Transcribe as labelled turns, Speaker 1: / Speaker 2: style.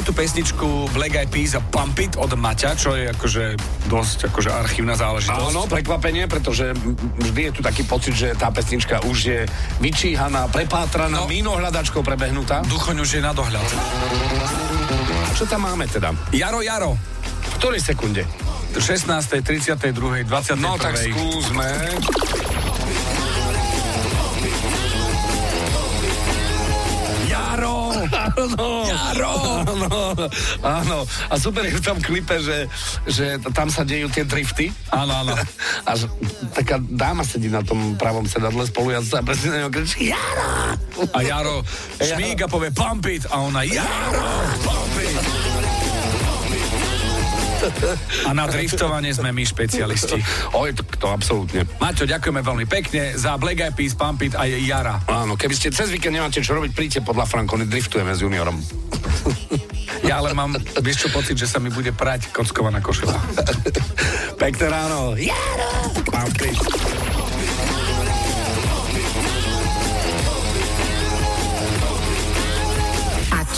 Speaker 1: No, pesničku Black Eyed Peas a Pump It od Maťa, čo je akože dosť akože archívna záležitosť.
Speaker 2: Áno, prekvapenie, pretože vždy je tu taký pocit, že tá pesnička už je vyčíhaná, prepátraná, no.
Speaker 1: No.
Speaker 2: mínohľadačkou prebehnutá.
Speaker 1: Duchoň už je na dohľad.
Speaker 2: A čo tam máme teda?
Speaker 1: Jaro, Jaro,
Speaker 2: V ktorej sekunde?
Speaker 1: 16., 32., 20.
Speaker 2: No tak skúsme.
Speaker 1: Jaro!
Speaker 2: Áno,
Speaker 1: Jaro!
Speaker 2: áno, áno. A super je v tom klipe, že, že tam sa dejú tie drifty.
Speaker 1: Áno, áno.
Speaker 2: A že, taká dáma sedí na tom pravom sedadle spolujazca a presne na neho kričí Jara!
Speaker 1: A Jaro šmík a povie Pump It a ona Jaro, Pump It! A na driftovanie sme my špecialisti.
Speaker 2: Oj, to, to absolútne.
Speaker 1: Maťo, ďakujeme veľmi pekne za Black Eyed Peas, Pump It a je Jara.
Speaker 2: Áno, keby ste cez víkend nemáte čo robiť, príďte podľa Frankony, driftujeme s juniorom.
Speaker 1: Ja ale mám, vieš čo, pocit, že sa mi bude prať kockovaná košela.
Speaker 2: Pekné ráno. Jaro! Pán Pri.
Speaker 3: A